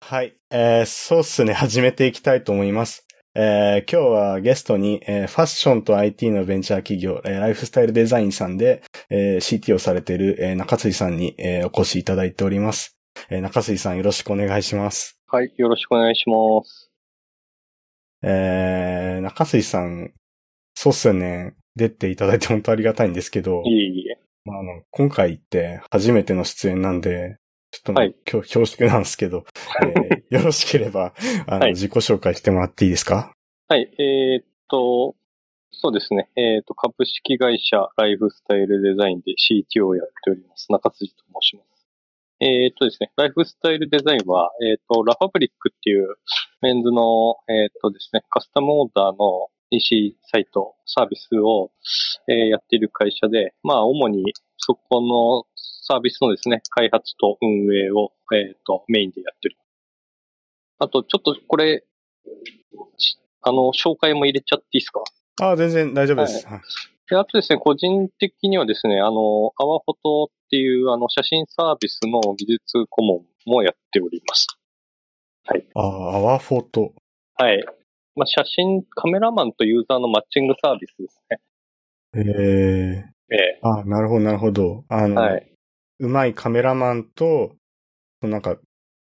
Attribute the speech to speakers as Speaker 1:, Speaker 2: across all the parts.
Speaker 1: はい。えー、そうっすね。始めていきたいと思います。えー、今日はゲストに、えー、ファッションと IT のベンチャー企業、えー、ライフスタイルデザインさんで、えー、CT をされている、えー、中水さんに、えー、お越しいただいております。えー、中水さんよろしくお願いします。
Speaker 2: はい。よろしくお願いします。
Speaker 1: えー、中水さん、そうっすね。出ていただいて本当ありがたいんですけど。
Speaker 2: いえいえ。
Speaker 1: まあ、あの、今回って初めての出演なんで、ちょっと、はい、今日恐縮なんですけど、えー、よろしければ、あの、はい、自己紹介してもらっていいですか
Speaker 2: はい、えー、っと、そうですね。えー、っと、株式会社ライフスタイルデザインで CTO をやっております。中辻と申します。えー、っとですね、ライフスタイルデザインは、えっと、ラファブリックっていうメンズの、えっとですね、カスタムオーダーの EC サイト、サービスを、えー、やっている会社で、まあ、主にそこのサービスのですね、開発と運営を、えっ、ー、と、メインでやってる。あと、ちょっとこれ、あの、紹介も入れちゃっていいですか
Speaker 1: ああ、全然大丈夫です。
Speaker 2: はい、であとですね、個人的にはですね、あの、アワフォトっていうあの写真サービスの技術顧問もやっております。はい。
Speaker 1: ああ、アワフォト。
Speaker 2: はい。まあ、写真、カメラマンとユーザーのマッチングサービスですね。
Speaker 1: ええー、ええ。あ、なるほど、なるほど。あの、はい、うまいカメラマンと、なんか、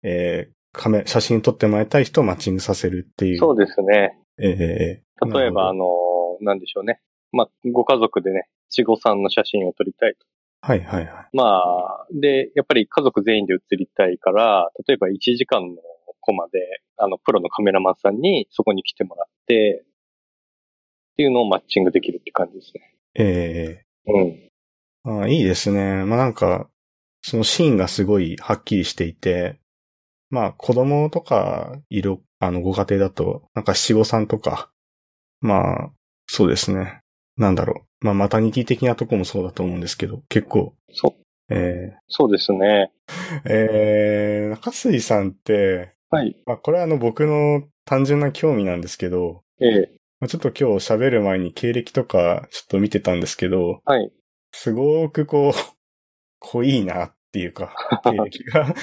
Speaker 1: えー、カメ、写真撮ってもらいたい人をマッチングさせるっていう。
Speaker 2: そうですね。
Speaker 1: ええ
Speaker 2: ー、例えば、あの、なんでしょうね。まあ、ご家族でね、七五三の写真を撮りたいと。。
Speaker 1: はいはいはい
Speaker 2: まあ、で、やっぱり家族全員で写りたいから、例えば1時間のコマで、あの、プロのカメラマンさんにそこに来てもらって、っていうのをマッチングできるって感じですね。
Speaker 1: え
Speaker 2: えー、
Speaker 1: うん。あいいですね。まあ、なんか、そのシーンがすごいはっきりしていて、まあ、子供とかいる、あの、ご家庭だと、なんか七五三とか、まあ、そうですね。なんだろう。まあ、マタニティ的なとこもそうだと思うんですけど、結構。
Speaker 2: そう。
Speaker 1: ええー、
Speaker 2: そうですね。
Speaker 1: ええー、中水さんって、
Speaker 2: はい。
Speaker 1: まあ、これはあの僕の単純な興味なんですけど、
Speaker 2: ええ。
Speaker 1: まあ、ちょっと今日喋る前に経歴とかちょっと見てたんですけど、
Speaker 2: はい。
Speaker 1: すごくこう、 濃いなっていう か、経歴が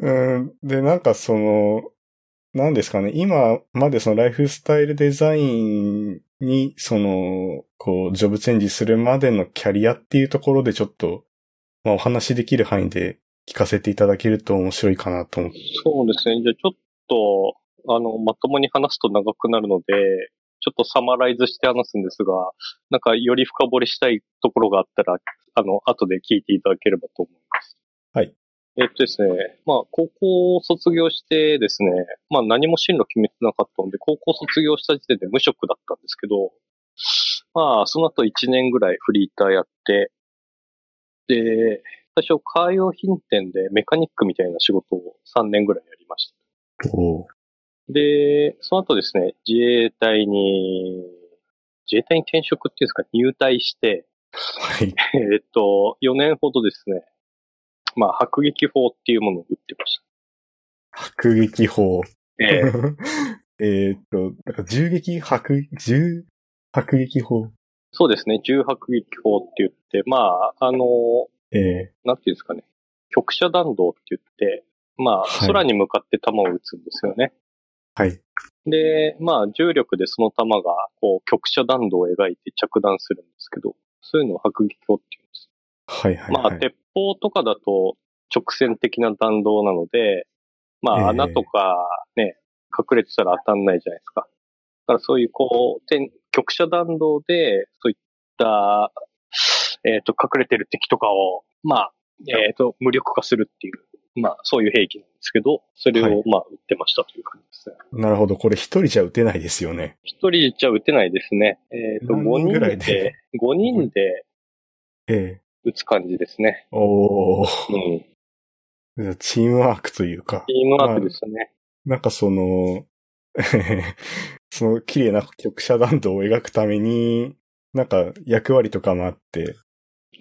Speaker 1: うん。で、なんかその、なんですかね、今までそのライフスタイルデザインに、その、こう、ジョブチェンジするまでのキャリアっていうところでちょっと、まあお話しできる範囲で聞かせていただけると面白いかなと思って。
Speaker 2: そうですね。じゃあちょっと、あの、まともに話すと長くなるので、ちょっとサマライズして話すんですが、なんかより深掘りしたいところがあったら、あの、後で聞いていただければと思います。
Speaker 1: はい。。
Speaker 2: えっとですね、まあ、高校を卒業してですね、まあ何も進路決めてなかったので、高校卒業した時点で無職だったんですけど、まあ、その後1年ぐらいフリーターやって、で、最初、カー用品店でメカニックみたいな仕事を3年ぐらいやりましたで、その後ですね、自衛隊に、自衛隊に転職っていうんですか、入隊して、
Speaker 1: はい、
Speaker 2: えっと、4年ほどですね、まあ、迫撃砲っていうものを打ってました。
Speaker 1: 迫撃砲。
Speaker 2: え
Speaker 1: え。 えっと、なんか銃撃、迫、銃、迫撃砲。
Speaker 2: そうですね、銃迫撃砲って言って、まあ、あの、
Speaker 1: え
Speaker 2: ー、なんていうんですかね、局射弾道って言って、まあ、はい、空に向かって弾を撃つんですよね。
Speaker 1: はい。
Speaker 2: で、まあ、重力でその弾が、こう、局射弾道を描いて着弾するんですけど、そういうのを迫撃砲って言うんです。、
Speaker 1: はいはい、はい
Speaker 2: まあ、鉄砲とかだと直線的な弾道なので、まあ、穴とかね、えー、隠れてたら当たんないじゃないですか。だからそういう、こう、局射弾道で、そういった、えっ、と、隠れてる敵とかを、まあ、えっ、ー、と、無力化するっていう、まあ、そういう兵器なんですけど、それを、まあ、撃ってましたという感じですね。
Speaker 1: はい、なるほど。これ一人じゃ撃てないですよね。
Speaker 2: 一人じゃ撃てないですね。えっ、ー、と、5人で、で5人で、
Speaker 1: ええ。
Speaker 2: 撃つ感じですね。
Speaker 1: えー、お
Speaker 2: ー。
Speaker 1: うん。チームワークというか。
Speaker 2: チームワークですね。
Speaker 1: まあ、なんかその、 その綺麗な曲射弾道を描くために、なんか役割とかもあって、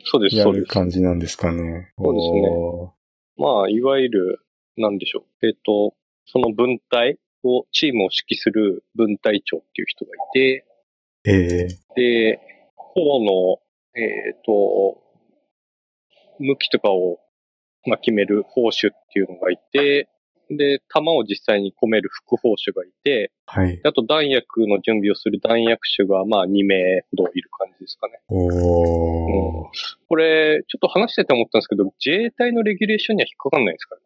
Speaker 2: そうです、
Speaker 1: そうです。やる感じなんですかね。
Speaker 2: そうですね。まあ、いわゆる、なんでしょう。えっ、ー、と、その分隊を、チームを指揮する分隊長っていう人がいて、
Speaker 1: え
Speaker 2: えー、で、方の、えっ、ー、と、向きとかをまあ、決める報酬っていうのがいて、で、弾を実際に込める副報酬がいて、
Speaker 1: はい。
Speaker 2: あと弾薬の準備をする弾薬手が、まあ、2名ほどいる感じですかね。
Speaker 1: おー。
Speaker 2: これ、ちょっと話してて思ったんですけど、自衛隊のレギュレーションには引っかかんないんですかね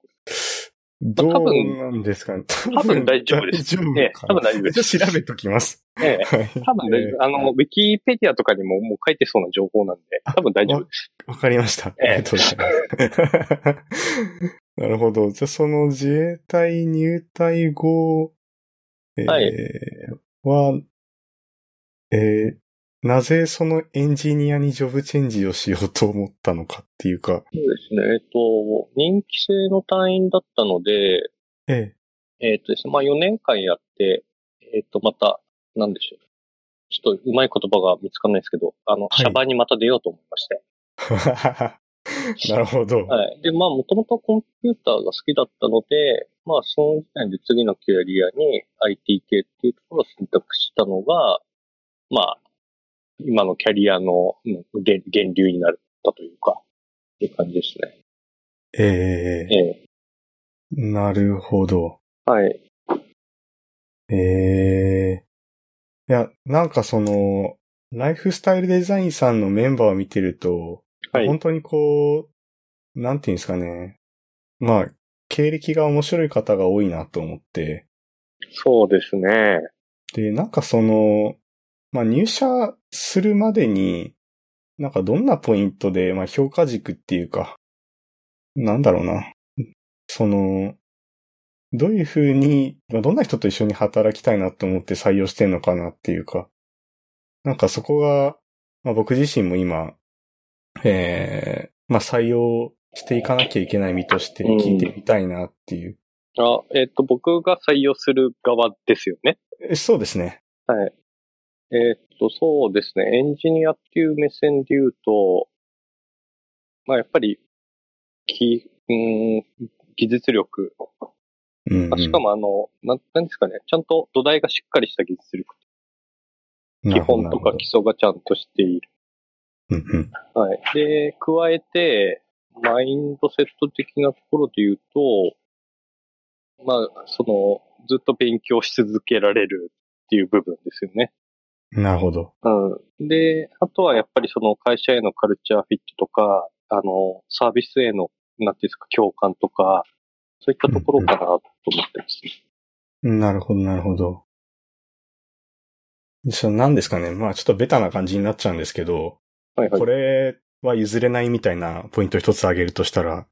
Speaker 1: ど
Speaker 2: 多
Speaker 1: う
Speaker 2: 分
Speaker 1: なんですかね。
Speaker 2: 多分大丈夫です。
Speaker 1: 大丈夫
Speaker 2: ええ、
Speaker 1: か
Speaker 2: 多分
Speaker 1: な
Speaker 2: 大 丈夫です。
Speaker 1: じゃあ調べときます。
Speaker 2: ええ、
Speaker 1: はい。
Speaker 2: 多分大丈夫。あの、ウィキペディアとかにももう書いてそうな情報なんで、多分大丈夫です。
Speaker 1: わかりました。
Speaker 2: ええ
Speaker 1: ありがとうございます。 なるほど。じゃあ、その自衛隊入隊後、えー
Speaker 2: はい
Speaker 1: は、えーなぜそのエンジニアにジョブチェンジをしようと思ったのかっていうか、
Speaker 2: そうですね。えっと、任期制の隊員だったので、
Speaker 1: え
Speaker 2: えっ、とですね、まあ4年間やって、えっ、と、また、なんでしょう。ちょっとうまい言葉が見つかんないですけど、あの、
Speaker 1: い
Speaker 2: シャバにまた出ようと思いまして。
Speaker 1: え なるほど。
Speaker 2: はい。で、まあ、もともとコンピューターが好きだったので、まあ、その時点で次のキャリアに IT 系っていうところを選択したのが、まあ、今のキャリアのうん源源流になったというか、っていう感じですね。
Speaker 1: ええ
Speaker 2: ええ。
Speaker 1: なるほど。
Speaker 2: はい。
Speaker 1: ええいや、なんかその、ライフスタイルデザインさんのメンバーを見てると、
Speaker 2: はい
Speaker 1: 本当にこう、なんていうんですかね。まあ、経歴が面白い方が多いなと思って。
Speaker 2: そうですね。
Speaker 1: で、なんかその、まあ入社するまでに、なんかどんなポイントで、まあ評価軸っていうか、なんだろうな。その、どういうふうに、まあどんな人と一緒に働きたいなと思って採用してんのかなっていうか、なんかそこが、まあ僕自身も今、ええまあ採用していかなきゃいけない身として聞いてみたいなっていう。
Speaker 2: あ、えっ、と、僕が採用する側ですよね。
Speaker 1: えそうですね。
Speaker 2: はい。えーっと、そうですね。エンジニアっていう目線で言うと、まあやっぱり、き、うーん、技術力。
Speaker 1: うん、
Speaker 2: あしかもあの、なん、なんですかね。ちゃんと土台がしっかりした技術力。基本
Speaker 1: なる
Speaker 2: と
Speaker 1: ほ
Speaker 2: か
Speaker 1: ど
Speaker 2: 基礎がちゃんとしている。
Speaker 1: うんうん。
Speaker 2: はい。で、加えて、マインドセット的なところで言うと、まあ、その、ずっと勉強し続けられるっていう部分ですよね。
Speaker 1: なるほど。
Speaker 2: うん。で、あとはやっぱりその会社へのカルチャーフィットとか、あの、サービスへの、なんていうんですか、共感とか、そういったところかなと思ってますね。
Speaker 1: なるほど、なるほど。そう、なんですかね。まあちょっとベタな感じになっちゃうんですけど、
Speaker 2: はいはい
Speaker 1: こ。れは譲れないみたいなポイント一つ挙げるとしたら、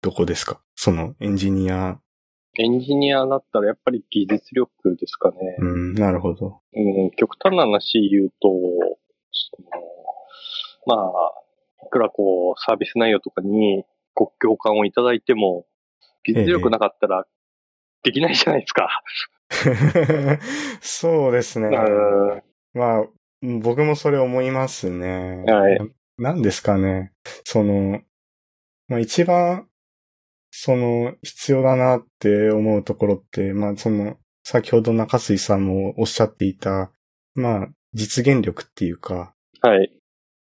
Speaker 1: どこですかそのエンジニア。
Speaker 2: エンジニアだったらやっぱり技術力ですかね。
Speaker 1: うん、なるほど。
Speaker 2: うん、極端な話言うと、その、まあ、いくらこう、サービス内容とかにご共感をいただいても、技術力なかったらできないじゃないですか。
Speaker 1: そうですね。
Speaker 2: うん
Speaker 1: まあ、僕もそれ思いますね。
Speaker 2: はい
Speaker 1: な。なんですかね。その、まあ一番、その、必要だなって思うところって、まあその、先ほど中水さんもおっしゃっていた、まあ、実現力っていうか、
Speaker 2: はい。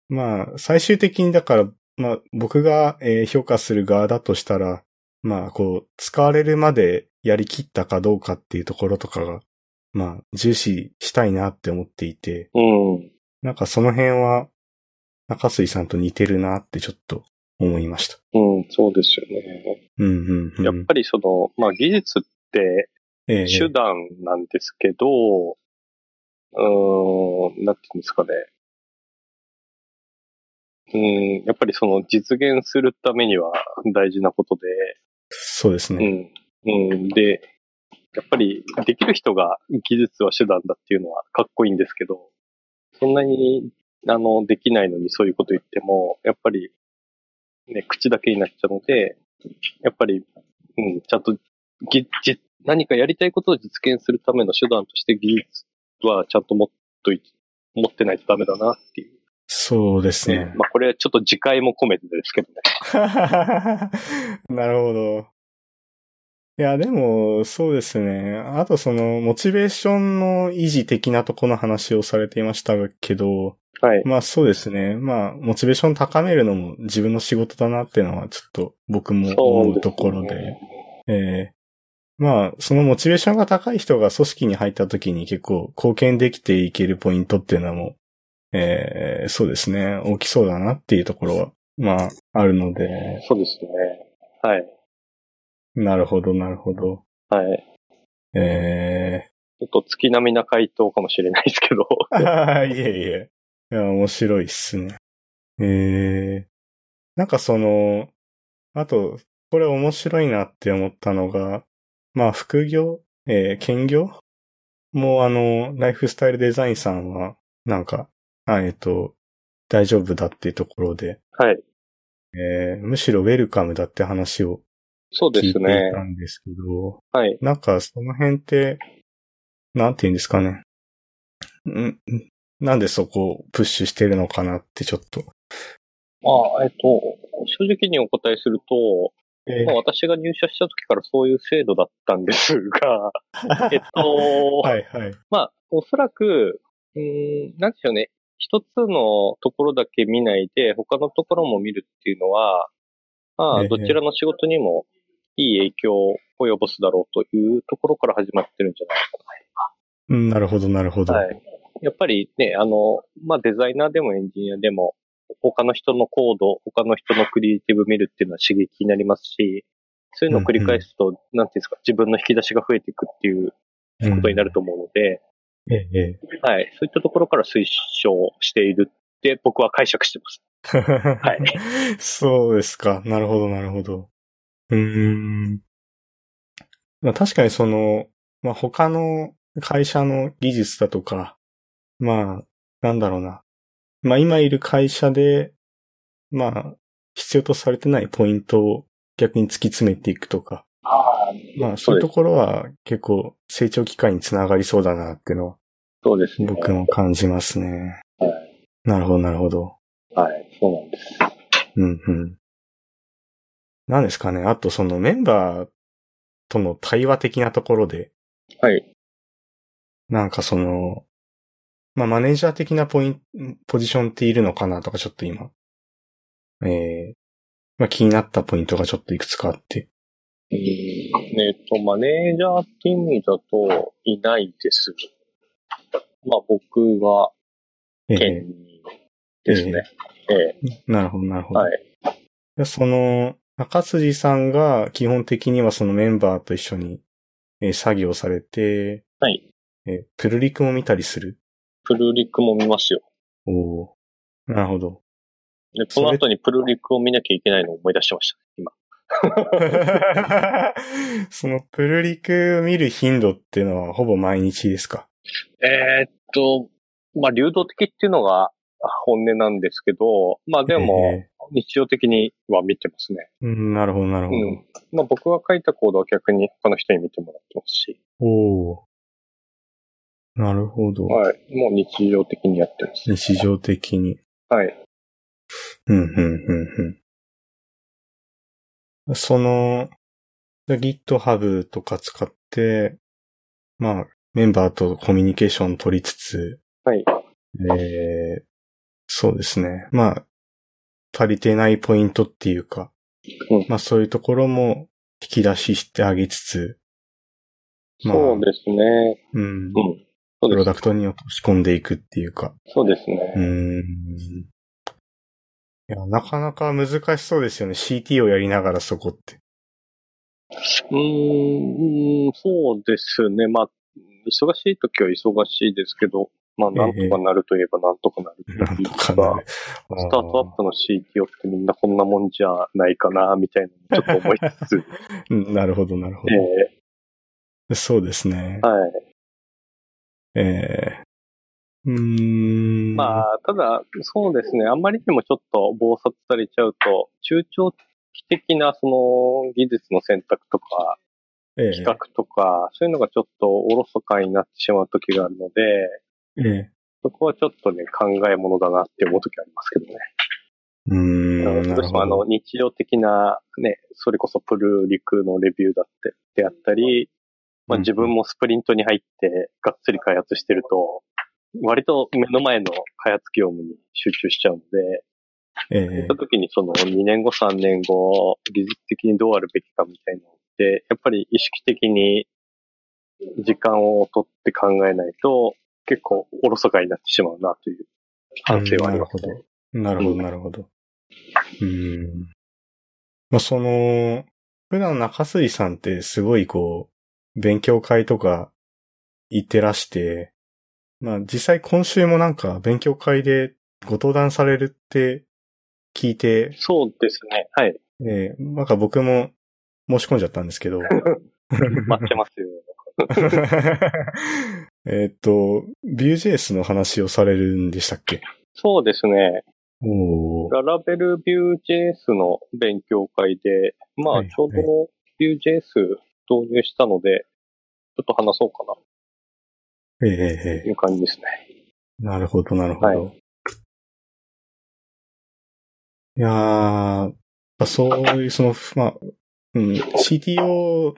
Speaker 1: まあ、最終的にだから、まあ、僕が、えー評価する側だとしたら、まあ、こう、使われるまでやりきったかどうかっていうところとかが、まあ、重視したいなって思っていて、
Speaker 2: うん。
Speaker 1: なんかその辺は、中水さんと似てるなってちょっと思いました。
Speaker 2: うん、そうですよね。
Speaker 1: うんうんうん。
Speaker 2: やっぱりその、まあ技術って
Speaker 1: り、ええ
Speaker 2: 手段なんですけど、うーん、なんていうんですかね。うん、やっぱりその実現するためには大事なこと
Speaker 1: そうですね。
Speaker 2: で、うん、うん、で、やっぱりできる人が技術は手段だっていうのはかっこいいんですけど、そんなに、あの、できないのにそういうこと言っても、やっぱり、ね、口だけになっちゃうので、やっぱり、うん、ちゃんと、ぎ、じ、何かやりたいことを実現するための手段として技術はちゃんと持っとい、持ってないとダメだなっていう。
Speaker 1: そうですね。
Speaker 2: まあこれはちょっと 次回も込めてですけどね。
Speaker 1: なるほど。いや、でも、そうですね。あとその、モチベーションの維持的なとこの話をされていましたけど、
Speaker 2: はい。
Speaker 1: まあそうですね。まあ、モチベーション高めるのも自分の仕事だなっていうのはちょっと僕も思うところで。
Speaker 2: そうすね
Speaker 1: ええまあ、そのモチベーションが高い人が組織に入った時に結構貢献できていけるポイントっていうのも、ええそうですね。大きそうだなっていうところは、まあ、あるので。
Speaker 2: そうですね。はい。
Speaker 1: なるほど、なるほど。
Speaker 2: はい。
Speaker 1: え
Speaker 2: ちょっと月並みな回答かもしれないですけど。
Speaker 1: え いえいえ。いや、面白いっすね。ええなんかその、あと、これ面白いなって思ったのが、まあ、副業、えー兼業もうあの、ライフスタイルデザインさんは、なんか、あえっ、と、大丈夫だっていうところで、
Speaker 2: はい。
Speaker 1: えーむしろウェルカムだって話を
Speaker 2: そうで
Speaker 1: 聞いて
Speaker 2: す
Speaker 1: い
Speaker 2: ね。
Speaker 1: たんですけど、
Speaker 2: はい。
Speaker 1: なんかその辺って、なんて言うんですかね。んなんでそこをプッシュしてるのかなってちょっと。
Speaker 2: まあ、えっと、正直にお答えすると、
Speaker 1: え
Speaker 2: まあ、私が入社した時からそういう制度だったんです が、えっと、
Speaker 1: はいはい。
Speaker 2: まあ、おそらく、うーん、なんでしょうね。一つのところだけ見ないで、他のところも見るっていうのは、ま
Speaker 1: え
Speaker 2: あ、
Speaker 1: え
Speaker 2: どちらの仕事にもいい影響を及ぼすだろうというところから始まってるんじゃないか
Speaker 1: うんなるほどなるほど。
Speaker 2: な。はい。やっぱりね、あの、まあ、デザイナーでもエンジニアでも、他の人のコード、他の人のクリエイティブ見るっていうのは刺激になりますし、そういうのを繰り返すと、なんていうんですか、自分の引き出しが増えていくっていう
Speaker 1: うん
Speaker 2: ことになると思うので、
Speaker 1: えええ
Speaker 2: はい。そういったところから推奨しているって僕は解釈してます。
Speaker 1: え
Speaker 2: い
Speaker 1: そうですか。なるほどなるほど。うーん。まあ確かにその、まあ他の会社の技術だとか、まあ、なんだろうな。まあ今いる会社で、まあ、必要とされてないポイントを逆に突き詰めていくとか、 まあそういうと
Speaker 2: こ
Speaker 1: ころは結構成長機会につながりそうだなっていうのは
Speaker 2: そうですね。
Speaker 1: 僕も感じますね。
Speaker 2: は
Speaker 1: なるほど、なるほど。
Speaker 2: はい。そうなんです。
Speaker 1: うんうん。なんですかね。あとそのメンバーとの対話的なところで、
Speaker 2: はい。
Speaker 1: なんかその、まあ、マネージャー的なポインポジションっているのかなとかちょっと今、ええまあ、気になったポイントがちょっといくつかあって。
Speaker 2: えっ、と、マネージャーって意味だといないです。まあ僕が
Speaker 1: え
Speaker 2: 兼
Speaker 1: え
Speaker 2: 任ですね。ええ
Speaker 1: なるほど、なるほど。
Speaker 2: はい。
Speaker 1: でその、中辻さんが基本的にはそのメンバーと一緒に、えー作業されて、
Speaker 2: はい。
Speaker 1: えープルリクも見たりする。
Speaker 2: プルリクも見ますよ。
Speaker 1: おお。なるほど。
Speaker 2: で、その後にプルリクを見なきゃいけないのを思い出してました。今。
Speaker 1: そのプルリク見る頻度っていうのはほぼ毎日ですか
Speaker 2: えーっと、まあ、流動的っていうのが本音なんですけど、まあでも、
Speaker 1: え
Speaker 2: 日常的には見てますね。
Speaker 1: ーうん、なるほど、なるほ
Speaker 2: う
Speaker 1: ど。
Speaker 2: ん。まあ僕が書いたコードは逆に他の人に見てもらってますし、
Speaker 1: おお。なるほど。
Speaker 2: はい。もう日常的にやってます。
Speaker 1: 日常的に。
Speaker 2: はい。
Speaker 1: うん、うん、うん、うん。その、GitHub とか使って、まあ、メンバーとコミュニケーション取りつつ、
Speaker 2: はい。
Speaker 1: えー、そうですね。まあ、足りてないポイントっていうか、
Speaker 2: うん
Speaker 1: まあそういうところも引き出ししてあげつつ、まあ
Speaker 2: そうですね。
Speaker 1: うん
Speaker 2: う、ん。そ
Speaker 1: プ
Speaker 2: う
Speaker 1: ロ
Speaker 2: で
Speaker 1: ダ
Speaker 2: す。
Speaker 1: クトに落とし込んでいくっていうか、
Speaker 2: そうです
Speaker 1: うー
Speaker 2: ね。
Speaker 1: ん。いや、なかなか難しそうですよね。CT をやりながらそこって。
Speaker 2: うーん、うんそうですね。まあ、忙しい時は忙しいですけど、まあ、なんとかなるといえばなんとかなる
Speaker 1: な
Speaker 2: って
Speaker 1: ん
Speaker 2: いう
Speaker 1: とかなる。
Speaker 2: スタートアップの CTO ってみんなこんなもんじゃないかな、みたいなのをちょっと思い つつ、
Speaker 1: うんなるほど、なるほど。
Speaker 2: え
Speaker 1: そうですね
Speaker 2: ー。はい。
Speaker 1: えー、うーん。
Speaker 2: まあ、ただ、そうですね、あんまりにもちょっと暴殺されちゃうと、中長期的なその技術の選択とか、
Speaker 1: ええ
Speaker 2: 企画とか、そういうのがちょっとおろそかになってしまう時があるので、
Speaker 1: ええ
Speaker 2: そこはちょっとね、考えものだなって思う時ありますけどね。
Speaker 1: うーん。なる
Speaker 2: 私
Speaker 1: ほ
Speaker 2: もあの
Speaker 1: ど。
Speaker 2: 日常的な、ね、それこそプルリクのレビューだって、であったり、まあ、
Speaker 1: うん
Speaker 2: 自分もスプリントに入ってがっつり開発してると、割と目の前の開発業務に集中しちゃうので、
Speaker 1: え
Speaker 2: そういっ
Speaker 1: え
Speaker 2: た時にその2年後3年後、技術的にどうあるべきかみたいなのって、やっぱり意識的に時間を取って考えないと、結構おろそかになってしまうなという反省はありますね。
Speaker 1: うんなるほど、なるほど。うーん。まあ、その、普段中杉さんってすごいこう、勉強会とか行ってらして、まあ実際今週もなんか勉強会でご登壇されるって聞いて、
Speaker 2: そうですね。 はい。
Speaker 1: えーなんか僕も申し込んじゃったんですけど、
Speaker 2: 待ってますよ。
Speaker 1: えっと、Vue.js の話をされるんでしたっけ
Speaker 2: そうですね。
Speaker 1: おー
Speaker 2: ララベルビュー JS の勉強会で、ま
Speaker 1: は
Speaker 2: あ、
Speaker 1: い
Speaker 2: ちょうどビュー JS 導入したので、ちょっと話そうかな
Speaker 1: えええ
Speaker 2: と
Speaker 1: え
Speaker 2: いう感じですね。
Speaker 1: なるほど、なるほど。
Speaker 2: はい
Speaker 1: い、やーまあ、そういう、その、まあ、うん、CTO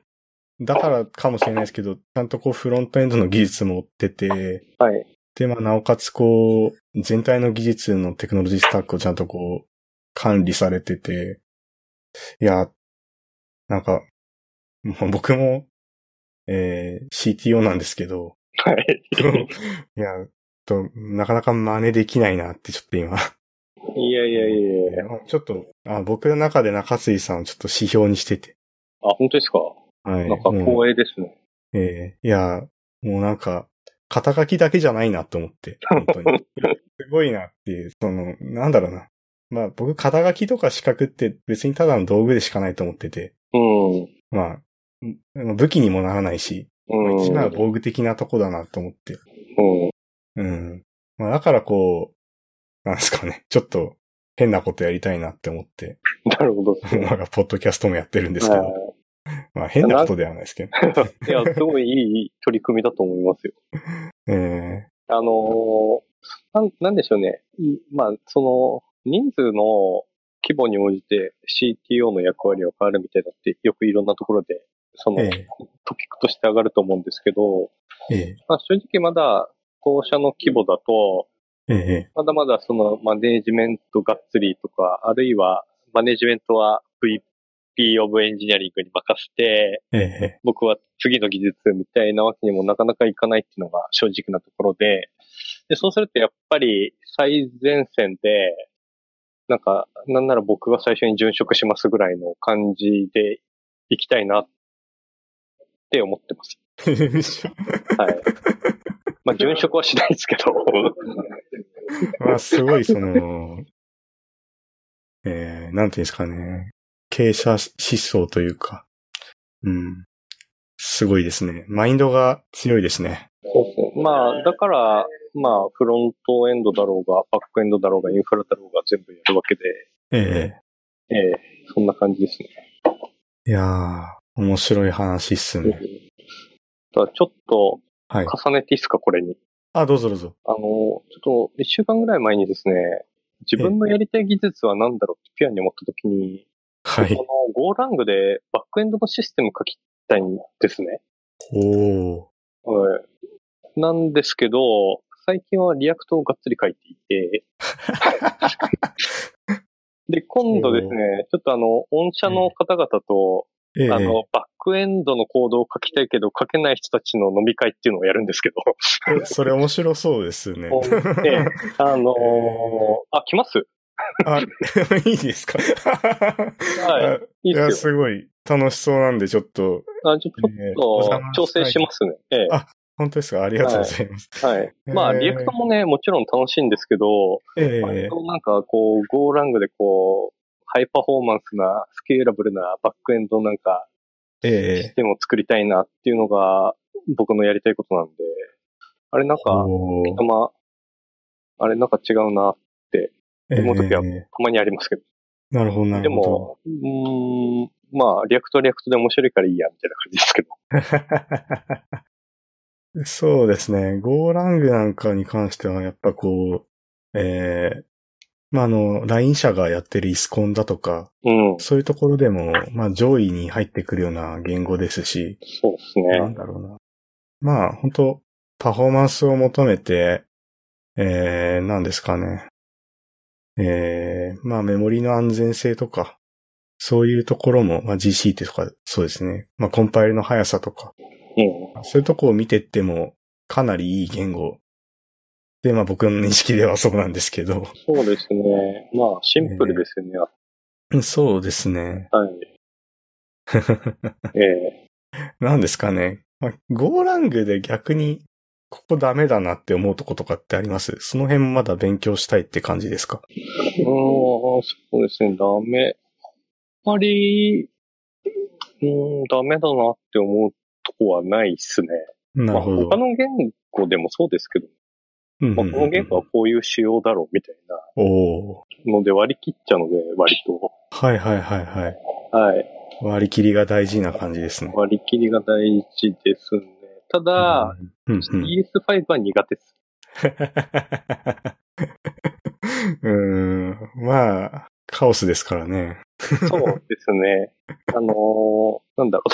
Speaker 1: だからかもしれないですけど、ちゃんとこうフロントエンドの技術も追ってて、
Speaker 2: はい。
Speaker 1: で、まあ、なおかつこう、全体の技術のテクノロジースタックをちゃんとこう、管理されてて、いや、なんか、もう僕も、えー CTO なんですけど、
Speaker 2: はい。
Speaker 1: いや、と、なかなか真似できないなってちょっと今。
Speaker 2: いやいやいやいや。
Speaker 1: ちょっと、あ僕の中で中杉さんをちょっと指標にしてて。
Speaker 2: あ、本当ですか
Speaker 1: はい。
Speaker 2: なんか
Speaker 1: もう
Speaker 2: 光栄ですね。
Speaker 1: えーいや、もうなんか、肩書きだけじゃないなと思って。本当に。すごいなっていう、その、なんだろうな。まあ僕、肩書きとか資格って別にただの道具でしかないと思ってて。
Speaker 2: うん。
Speaker 1: まあ、ん武器にもならないし、まあ
Speaker 2: うん。
Speaker 1: 一番は防具的なとこだなと思って。
Speaker 2: うん。
Speaker 1: うん。まあだからこう、なんですかね、 ちょっと変なことやりたいなって思って、
Speaker 2: なるほど。
Speaker 1: なんかポッドキャストもやってるんですけど、
Speaker 2: は
Speaker 1: まあ変なことではないですけど。
Speaker 2: いいや、すごいいい取り組みだと思いますよ。
Speaker 1: ええ
Speaker 2: あのーなん、なんでしょうね。いまあ、その、人数の規模に応じて CTO の役割は変わるみたいだって、よくいろんなところで、その、
Speaker 1: ええ
Speaker 2: トピックとして上がると思うんですけど、
Speaker 1: ええ
Speaker 2: まあ、正直まだ、当社の規模だと、
Speaker 1: ええ
Speaker 2: まだまだそのマネージメントがっつりとか、あるいはマネージメントは VP of エンジニアリングに任せて、
Speaker 1: ええ
Speaker 2: 僕は次の技術みたいなわけにもなかなかいかないっていうのが正直なところで、で、そうするとやっぱり最前線で、なんか、なんなら僕が最初に殉職しますぐらいの感じで行きたいなって思ってます。はい。まあ、殉職はしないですけど。
Speaker 1: まあすごいその、 ええなんていうんですかね、傾斜思想というか、うん。すごいですね。マインドが強いですね。
Speaker 2: そうですね。まあ、だから、まあ、フロントエンドだろうが、バックエンドだろうが、インフラだろうが全部やるわけで、
Speaker 1: ええ
Speaker 2: ええそんな感じですね。
Speaker 1: いやー、面白い話っすね。
Speaker 2: だからちょっと、
Speaker 1: はい。
Speaker 2: 重ねていいですか、これに。
Speaker 1: あ、どうぞどうぞ。
Speaker 2: あの、ちょっと、一週間ぐらい前にですね、自分のやりたい技術は何だろうってピュアに思った時に、
Speaker 1: はい
Speaker 2: こ。の Go ラングでバックエンドのシステム書きたいんですね。
Speaker 1: おー。
Speaker 2: はいなんですけど、最近はリアクトをがっつり書いてい て、で、今度ですね、ちょっとあの、御社の方々と、
Speaker 1: ええ
Speaker 2: あの、バックエンドのコードを書きたいけど、書けない人たちの飲み会っていうのをやるんですけど、
Speaker 1: え それ面白そうですね。
Speaker 2: で、あのーあ、来ます
Speaker 1: あ、 いいですか。
Speaker 2: はいいい
Speaker 1: いや、
Speaker 2: っすよ。
Speaker 1: すごい楽しそうなんで、ちょっと、
Speaker 2: あじゃあ
Speaker 1: えー
Speaker 2: ちょ
Speaker 1: お
Speaker 2: っ
Speaker 1: 邪魔
Speaker 2: と調整しますね。ええ
Speaker 1: あ本当ですかありがとうございます。
Speaker 2: はい。まあ、
Speaker 1: えー
Speaker 2: リアクトもね、もちろん楽しいんですけど、
Speaker 1: ええ
Speaker 2: 割となんかこう、ゴーラングでこう、ハイパフォーマンスな、スケーラブルなバックエンドなんか、
Speaker 1: え
Speaker 2: シス
Speaker 1: え
Speaker 2: テムを作りたいなっていうのが、僕のやりたいことなんで、あれなんか、
Speaker 1: おー
Speaker 2: たま、あれなんか違うな、た
Speaker 1: ええ
Speaker 2: 思う時はまにありますけど。
Speaker 1: なるほど、な
Speaker 2: で
Speaker 1: るほ
Speaker 2: も、うーん、まあ、リアクトはリアクトで面白いからいいや、みたいな感じですけど。
Speaker 1: ど。そうですね。ゴーラングなんかに関しては、やっぱこう、ええまあ、あの、LINE 社がやってるイスコンだとか、
Speaker 2: うん。
Speaker 1: そういうところでも、まあ、上位に入ってくるような言語ですし、
Speaker 2: そうです
Speaker 1: な
Speaker 2: ね。
Speaker 1: んだろうな。まあ、本当パフォーマンスを求めて、えー、なんですかね。えー、まあ、メモリの安全性とか、そういうところも、まあ、GC ってとか、そうですね。まあ、コンパイルの速さとか、
Speaker 2: うん。
Speaker 1: そういうとこを見てっても、かなりいい言語。で、まあ、僕の認識ではそうなんですけど。
Speaker 2: そうですね。まあ、シンプルですよね。
Speaker 1: そうですね。
Speaker 2: はい。 ええ
Speaker 1: なんですかね。まあ、ゴーラングで逆に、ここダメだなって思うとことかってありますその辺もまだ勉強したいって感じですか
Speaker 2: うん、そうですね。ダメ。あまり、うん、ダメだなって思うとこはないですね。
Speaker 1: な
Speaker 2: ま
Speaker 1: る
Speaker 2: あ、
Speaker 1: ほど。
Speaker 2: 他の言語でもそうですけど、
Speaker 1: うん
Speaker 2: ま
Speaker 1: うん
Speaker 2: あ、
Speaker 1: うん
Speaker 2: この言語はこういう仕様だろうみたい
Speaker 1: おー
Speaker 2: なので割り切っちゃうので、割と。
Speaker 1: はいはいはいはい。
Speaker 2: はい。
Speaker 1: 割り切りが大事な感じですね。
Speaker 2: 割り切りが大事ですね。ただ、
Speaker 1: うんうん
Speaker 2: ES5 は苦手です。
Speaker 1: うん。うーん。まあ、カオスですからね。
Speaker 2: そうです ね。あのーなんだろ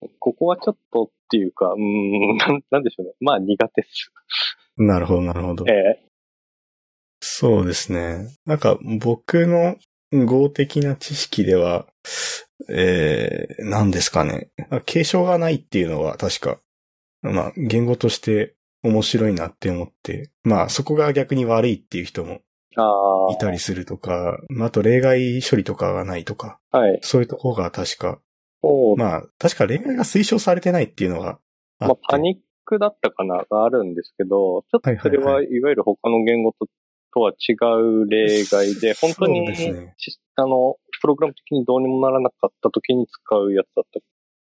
Speaker 2: うな。ここはちょっとっていうか、うーん、なんなんでしょうね。まあ苦手です。
Speaker 1: なるほどなるほど
Speaker 2: え。え
Speaker 1: そうですね。なんか僕の合的な知識では、えー、何ですかね。継承がないっていうのは確か、まあ言語として面白いなって思って、まあそこが逆に悪いっていう人も
Speaker 2: ああ。
Speaker 1: いたりするとか、まああと例外処理とかがないとか、
Speaker 2: はい。
Speaker 1: そういうところが確か、
Speaker 2: そう、ま
Speaker 1: まあ確か例外が推奨されてないっていうのが
Speaker 2: あ
Speaker 1: あって、
Speaker 2: パニックだったかながあるんですけど、ちょっとそれ
Speaker 1: は
Speaker 2: は、
Speaker 1: いはい
Speaker 2: わゆる他の言語ととは違う例外で、本当に、
Speaker 1: そうですね
Speaker 2: しあの、プログラム的にどうにもならなかった時に使うやつだっ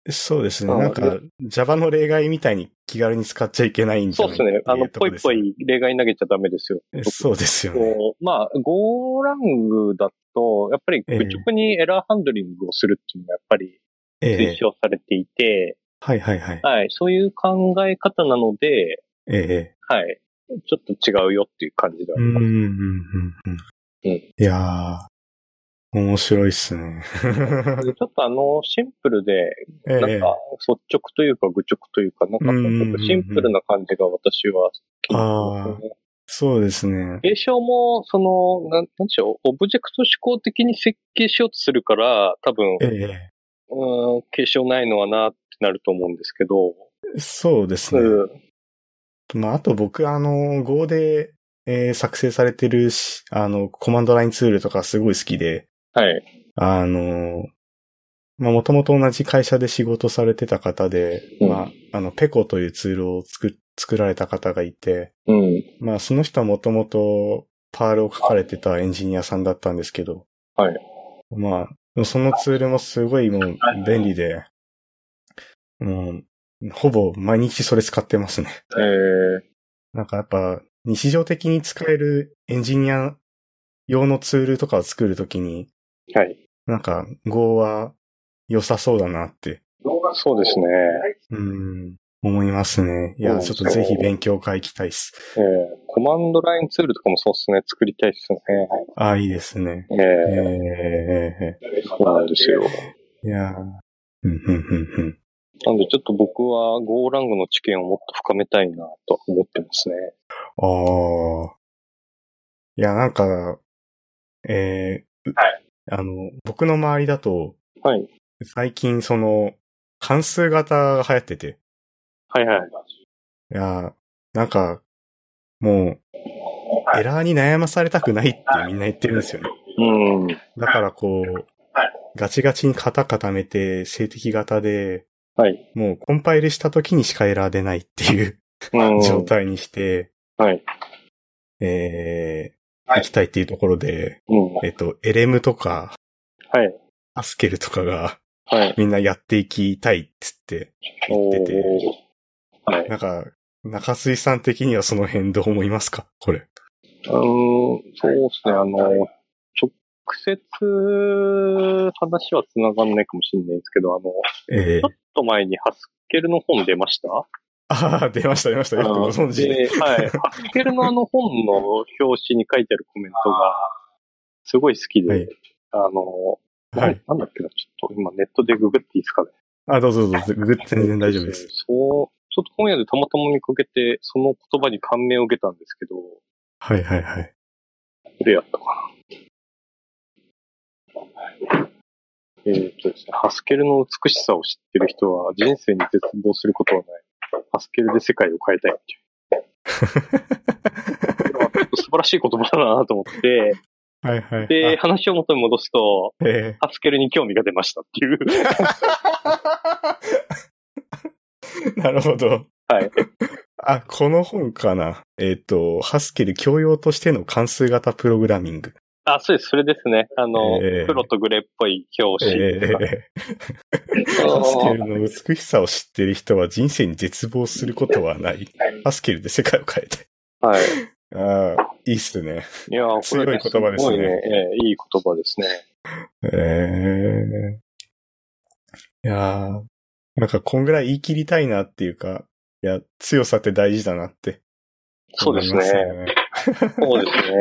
Speaker 2: た。
Speaker 1: そうですね。
Speaker 2: あ
Speaker 1: なんか Java の例外みたいに気軽に使っちゃいけないんじゃ
Speaker 2: そう
Speaker 1: ない
Speaker 2: ですね。あ
Speaker 1: っ
Speaker 2: の、
Speaker 1: てうとこ
Speaker 2: ぽいぽ
Speaker 1: ですね
Speaker 2: い例外投げちゃダメですよ。
Speaker 1: そうですよね。
Speaker 2: こうまあ、ゴーラングだと、やっぱり愚直にエラーハンドリングをするっていうのがやっぱり
Speaker 1: え
Speaker 2: 推
Speaker 1: え。
Speaker 2: 奨されていて、
Speaker 1: はいはいはい。
Speaker 2: はい、そういう考え方なので、
Speaker 1: ええ。
Speaker 2: はい、ちょっと違うよっていう感じではあ
Speaker 1: うん
Speaker 2: り
Speaker 1: う
Speaker 2: ま
Speaker 1: ん
Speaker 2: す。
Speaker 1: うんうん。
Speaker 2: うん
Speaker 1: いやー、面白いっすね。
Speaker 2: でちょっとあの、シンプルで、
Speaker 1: え
Speaker 2: なんか
Speaker 1: え。
Speaker 2: 率直というか愚直というか、なんか
Speaker 1: うんうんうんうん
Speaker 2: すごくシンプルな感じが私は好きですね。
Speaker 1: そうですね。
Speaker 2: 名称も、その、なんなんでしょう、オブジェクト思考的に設計しようとするから、多分、
Speaker 1: ええ。
Speaker 2: うーん、継承ないのはなってなると思うんですけど、
Speaker 1: そうですね。
Speaker 2: うん、
Speaker 1: まあ、あと僕、あの、Go で、えー作成されてるし、あの、コマンドラインツールとかすごい好きで、
Speaker 2: はい。
Speaker 1: あの、まあ、もともと同じ会社で仕事されてた方で、
Speaker 2: うん
Speaker 1: まあ、あの、ペコというツールを作っ、作られた方がいて、
Speaker 2: うん。
Speaker 1: まあ、その人はもともとパールを書かれてたエンジニアさんだったんですけど。
Speaker 2: はい。
Speaker 1: まあ、そのツールもすごいもう便利で、もう、ほぼ毎日それ使ってますね。
Speaker 2: えー、
Speaker 1: なんかやっぱ、日常的に使えるエンジニア用のツールとかを作るときに、
Speaker 2: はい。
Speaker 1: なんか Go は良さそうだなって、
Speaker 2: そうですね。
Speaker 1: うん、思いますね。いや、ちょっとぜひ勉強会行きたいっす。
Speaker 2: えー、コマンドラインツールとかもそうですね。作りたいですね。
Speaker 1: ああ、いいですね。
Speaker 2: え
Speaker 1: えー
Speaker 2: ー、
Speaker 1: えー、え
Speaker 2: そうなんですよ。
Speaker 1: ーいやーうん、うん、うん、うん。
Speaker 2: なんでちょっと僕はゴーラングの知見をもっと深めたいなと思ってますね。
Speaker 1: ああ。いや、なんか、えーう
Speaker 2: はい
Speaker 1: あの、僕の周りだと、
Speaker 2: はい。
Speaker 1: 最近その、関数型が流行ってて、
Speaker 2: はいはい。
Speaker 1: いや、なんか、もう、
Speaker 2: はい
Speaker 1: エラーに悩まされたくないってみんな言ってるんですよね。
Speaker 2: うん。
Speaker 1: だからこう
Speaker 2: は、
Speaker 1: ガチガチに型固めて、静的型で、
Speaker 2: はい。
Speaker 1: もうコンパイルした時にしかエラー出ないっていう
Speaker 2: う ん。
Speaker 1: 状態にして、
Speaker 2: はい。
Speaker 1: えー、
Speaker 2: はい
Speaker 1: 行きたいっていうところで、
Speaker 2: うん。は
Speaker 1: えっと、エレムとか、
Speaker 2: い。
Speaker 1: アスケルとかが、
Speaker 2: はい。
Speaker 1: みんなやっていきたいっつって 言ってて、
Speaker 2: おーはい。
Speaker 1: なんか、中水さん的にはその辺どう思いますかこれ。
Speaker 2: うーん、そうですね。あの、直接話は繋がんないかもしれないですけど、あの、ちょ
Speaker 1: ええ
Speaker 2: っと前にハスケルの本出ました
Speaker 1: ああ、出ました、出ました。よくご存知で。
Speaker 2: で、はい。ハスケルのあの本の表紙に書いてあるコメントが、すごい好きで、
Speaker 1: はい
Speaker 2: あの、な
Speaker 1: はい。
Speaker 2: なんだっけな、ちょっと今ネットでググっていいですかね。
Speaker 1: あ、どうぞどうぞ。ググって全然大丈夫です。。
Speaker 2: そう、ちょっと本屋でたまたま見かけて、その言葉に感銘を受けたんですけど、
Speaker 1: はいはいはい。
Speaker 2: どれやったかな。えっ、とですね、ハスケルの美しさを知ってる人は人生に絶望することはない。ハスケルで世界を変えたいっていう。これは素晴らしい言葉だなと思って、
Speaker 1: はいはい。
Speaker 2: で、話を元に戻すと、
Speaker 1: あ、え
Speaker 2: ハスケルに興味が出ましたっ ていう。
Speaker 1: ー なるほど。
Speaker 2: はい。
Speaker 1: あ、この本かな。えっ、と、ハスケル教養としての関数型プログラミング。
Speaker 2: あ、そうです。それですね。あの、
Speaker 1: えー
Speaker 2: 黒とグレーっぽい表
Speaker 1: え
Speaker 2: 紙。
Speaker 1: え
Speaker 2: あの
Speaker 1: ハスケルの美しさを知ってる人は人生に絶望することはない。ハスケルで世界を変えて。
Speaker 2: はい。
Speaker 1: ああ、いいっすね。
Speaker 2: いやー、これね
Speaker 1: 強い言葉ですね
Speaker 2: ごいね、えーいい言葉ですね。
Speaker 1: ええいやーなんかこんぐらい言い切りたいなっていうか、いや、強さって大事だなって
Speaker 2: そうです
Speaker 1: 思います
Speaker 2: ね。
Speaker 1: ね。
Speaker 2: そうですね。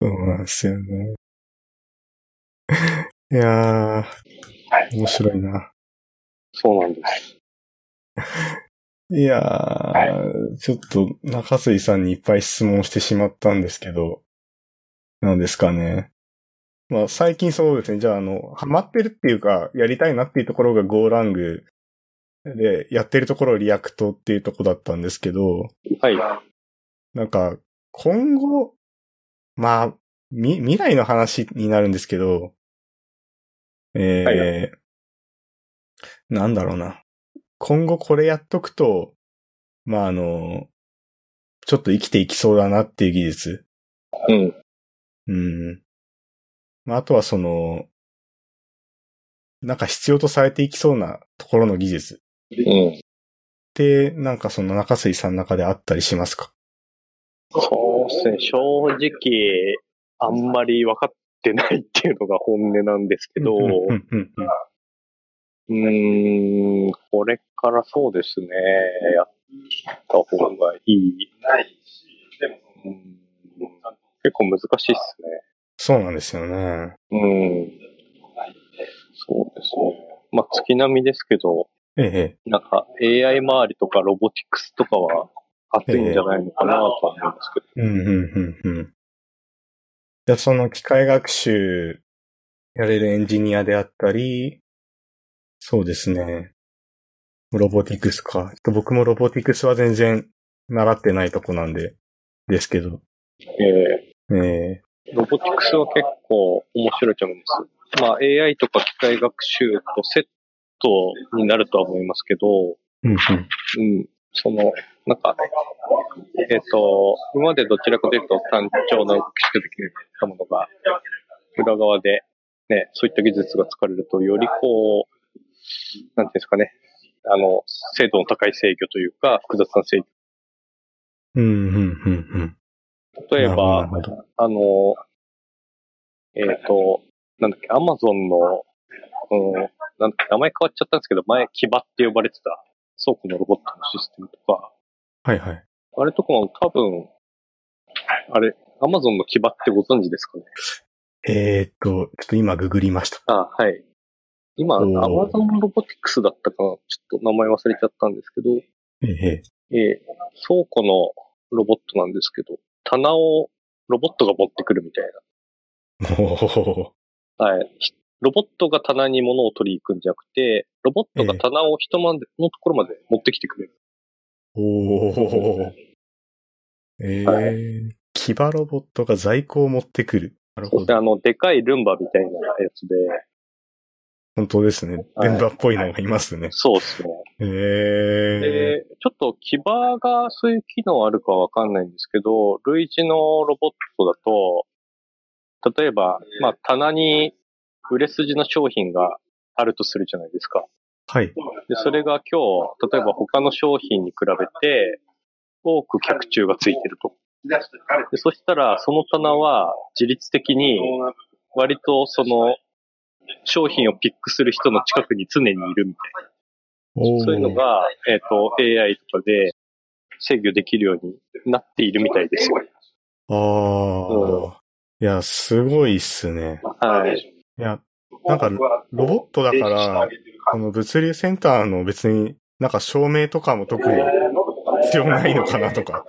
Speaker 1: そうなんですよね。 いやー、面白いな。
Speaker 2: そうなんです。
Speaker 1: いやー、ちょっと中水さんにいっぱい質問してしまったんですけど、なんですかね。まあ最近そうですね、じゃああの、ハマってるっていうか、やりたいなっていうところが Go ラングで、やってるところリアクトっていうとこだったんですけど、
Speaker 2: はい。
Speaker 1: なんか、今後、まあ、み、未来の話になるんですけど、えー
Speaker 2: は
Speaker 1: なんだろうな。今後これやっとくと、まあ、あの、ちょっと生きていきそうだなっていう技術。
Speaker 2: うん。
Speaker 1: うん。まあ、あとはその、なんか必要とされていきそうなところの技術っ
Speaker 2: うん。
Speaker 1: て、なんかその中水さんの中であったりしますか
Speaker 2: そうですね。正直、あんまり分かってないっていうのが本音なんですけど、
Speaker 1: ん
Speaker 2: うん
Speaker 1: うんうん
Speaker 2: ーん、これからそうですね、やった方がいい。ないし、でも、結構難しいっすね。
Speaker 1: そうなんですよね。
Speaker 2: うん。そうですね。まあ、月並みですけど、
Speaker 1: ええ。
Speaker 2: なんか AI 周りとかロボティクスとかは熱いんじゃないのかなとは思いますけど。
Speaker 1: うん、うん、うん、うん。じゃあその機械学習やれるエンジニアであったり、そうですね。ロボティクスか。ちょっと僕もロボティクスは全然習ってないとこなんで、ですけど。
Speaker 2: え
Speaker 1: ええ
Speaker 2: ーロボティクスは結構面白いと思います。まあ AI とか機械学習とセットになるとは思いますけど、
Speaker 1: うん、
Speaker 2: うん、その、なんか、えっ、と、今までどちらかというと単調な動きしかできなかったものが、裏側で、ね、そういった技術が使われると、よりこう、なんていうんですかね、あの、精度の高い制御というか、複雑な制
Speaker 1: うん。うん、うん、うん、
Speaker 2: 御。
Speaker 1: うん。
Speaker 2: 例え
Speaker 1: なる
Speaker 2: ば、
Speaker 1: ほど。
Speaker 2: あの、えっ、と、なんだっけ、アマゾンの、うん、なんだっけ、名前変わっちゃったんですけど、前、キバって呼ばれてた倉庫のロボットのシステムとか、
Speaker 1: はい、はい。
Speaker 2: あれとかも多分、あれ、アマゾンの牙ってご存知ですかね
Speaker 1: えー、っと、ちょっと今ググりました。
Speaker 2: あはい。今、ア
Speaker 1: おー
Speaker 2: マゾンロボティクスだったかなちょっと名前忘れちゃったんですけど、
Speaker 1: ええ
Speaker 2: えー倉庫のロボットなんですけど、棚をロボットが持ってくるみたい
Speaker 1: おー
Speaker 2: な。はい。ひロボットが棚に物を取りに行くんじゃなくて、ロボットが棚を人までのところまで持ってきてくれる。
Speaker 1: おーええ
Speaker 2: は
Speaker 1: キバロボットが在庫を持ってくる。なる
Speaker 2: そ
Speaker 1: ほ
Speaker 2: して
Speaker 1: ど。
Speaker 2: あの、でかいルンバみたいなやつで、
Speaker 1: 本当ですね。
Speaker 2: はい
Speaker 1: 電波っぽいのがいますね。
Speaker 2: そうですね。
Speaker 1: ええ
Speaker 2: で、ちょっと牙がそういう機能あるかわかんないんですけど、類似のロボットだと、例えば、まあ棚に売れ筋の商品があるとするじゃないですか。
Speaker 1: はい。
Speaker 2: で、それが今日、例えば他の商品に比べて、多く客中がついてると。で、そしたら、その棚は自律的に、割とその、商品をピックする人の近くに常にいるみたいな。
Speaker 1: おおー
Speaker 2: そういうのが、えっ、と、AI とかで制御できるようになっているみたいですよ。
Speaker 1: ああ。いや、すごいっすね。
Speaker 2: はい。
Speaker 1: いや、なんかロボットだから、この物流センターの別になんか照明とかも特に必要ないのかなとか。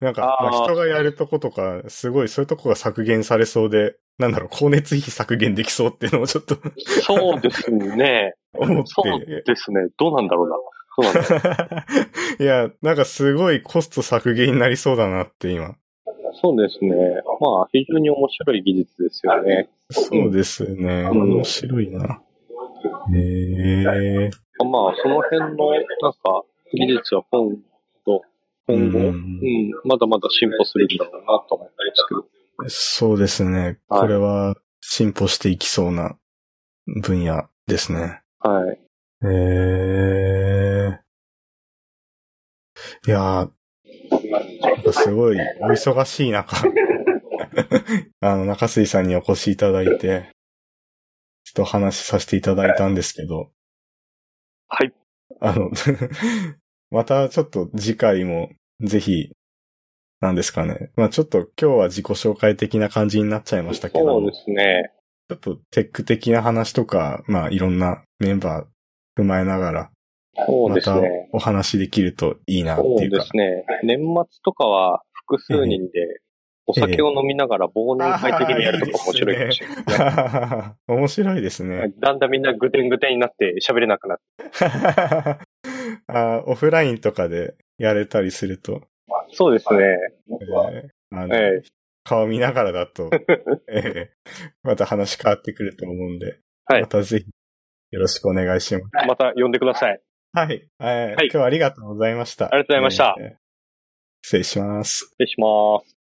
Speaker 1: なんか、
Speaker 2: あー
Speaker 1: まあ人がやるとことか、すごいそういうとこが削減されそうで、なんだろう、光熱費削減できそうっていうのをちょっと
Speaker 2: そうですね。
Speaker 1: 思っ
Speaker 2: そう
Speaker 1: て。
Speaker 2: ですね。どうなんだろうな。どうなんだろ
Speaker 1: いや、なんかすごいコスト削減になりそうだなって今。
Speaker 2: う。そうですね。まあ、非常に面白い技術ですよね。
Speaker 1: そうですね。
Speaker 2: うん
Speaker 1: 面白いな。へえ。
Speaker 2: まあ、その辺の、なんか、技術は今度、今後、
Speaker 1: う
Speaker 2: うんん、まだまだ進歩するんだろうなと思ったんですけど。
Speaker 1: そうですね。
Speaker 2: はい
Speaker 1: これは進歩していきそうな分野ですね。
Speaker 2: はい。
Speaker 1: へえ。いやー、なんかすごいお忙しい中、 あの、中水さんにお越しいただいて、ちょっとお話しさせていただいたんですけど、
Speaker 2: はい。
Speaker 1: あの、 またちょっと次回もぜひ、なんですかね。まあちょっと今日は自己紹介的な感じになっちゃいましたけど、
Speaker 2: そうですね。
Speaker 1: ちょっとテック的な話とか、まあいろんなメンバー踏まえながら、
Speaker 2: そう
Speaker 1: ま
Speaker 2: です
Speaker 1: た
Speaker 2: ね。
Speaker 1: お話できるといいなって
Speaker 2: そ
Speaker 1: いう
Speaker 2: うで
Speaker 1: か。
Speaker 2: すね。年末とかは複数人でお酒を飲みながら忘年会的にやるとか面白いかもしれないですね。
Speaker 1: 面白いですね。
Speaker 2: だんだんみんなぐてんぐてんになって喋れなくなって。
Speaker 1: あーオフラインとかでやれたりすると、
Speaker 2: そうですね。
Speaker 1: えーあの
Speaker 2: ええ
Speaker 1: 顔見ながらだ と、えーまた話変わってくると思うんで、
Speaker 2: はい
Speaker 1: またぜひよろしくお願いします。
Speaker 2: また呼んでください。
Speaker 1: はい、えー
Speaker 2: はい
Speaker 1: 今日はありがとうございました。
Speaker 2: ありがとうございました
Speaker 1: えー失礼します。
Speaker 2: 失礼します。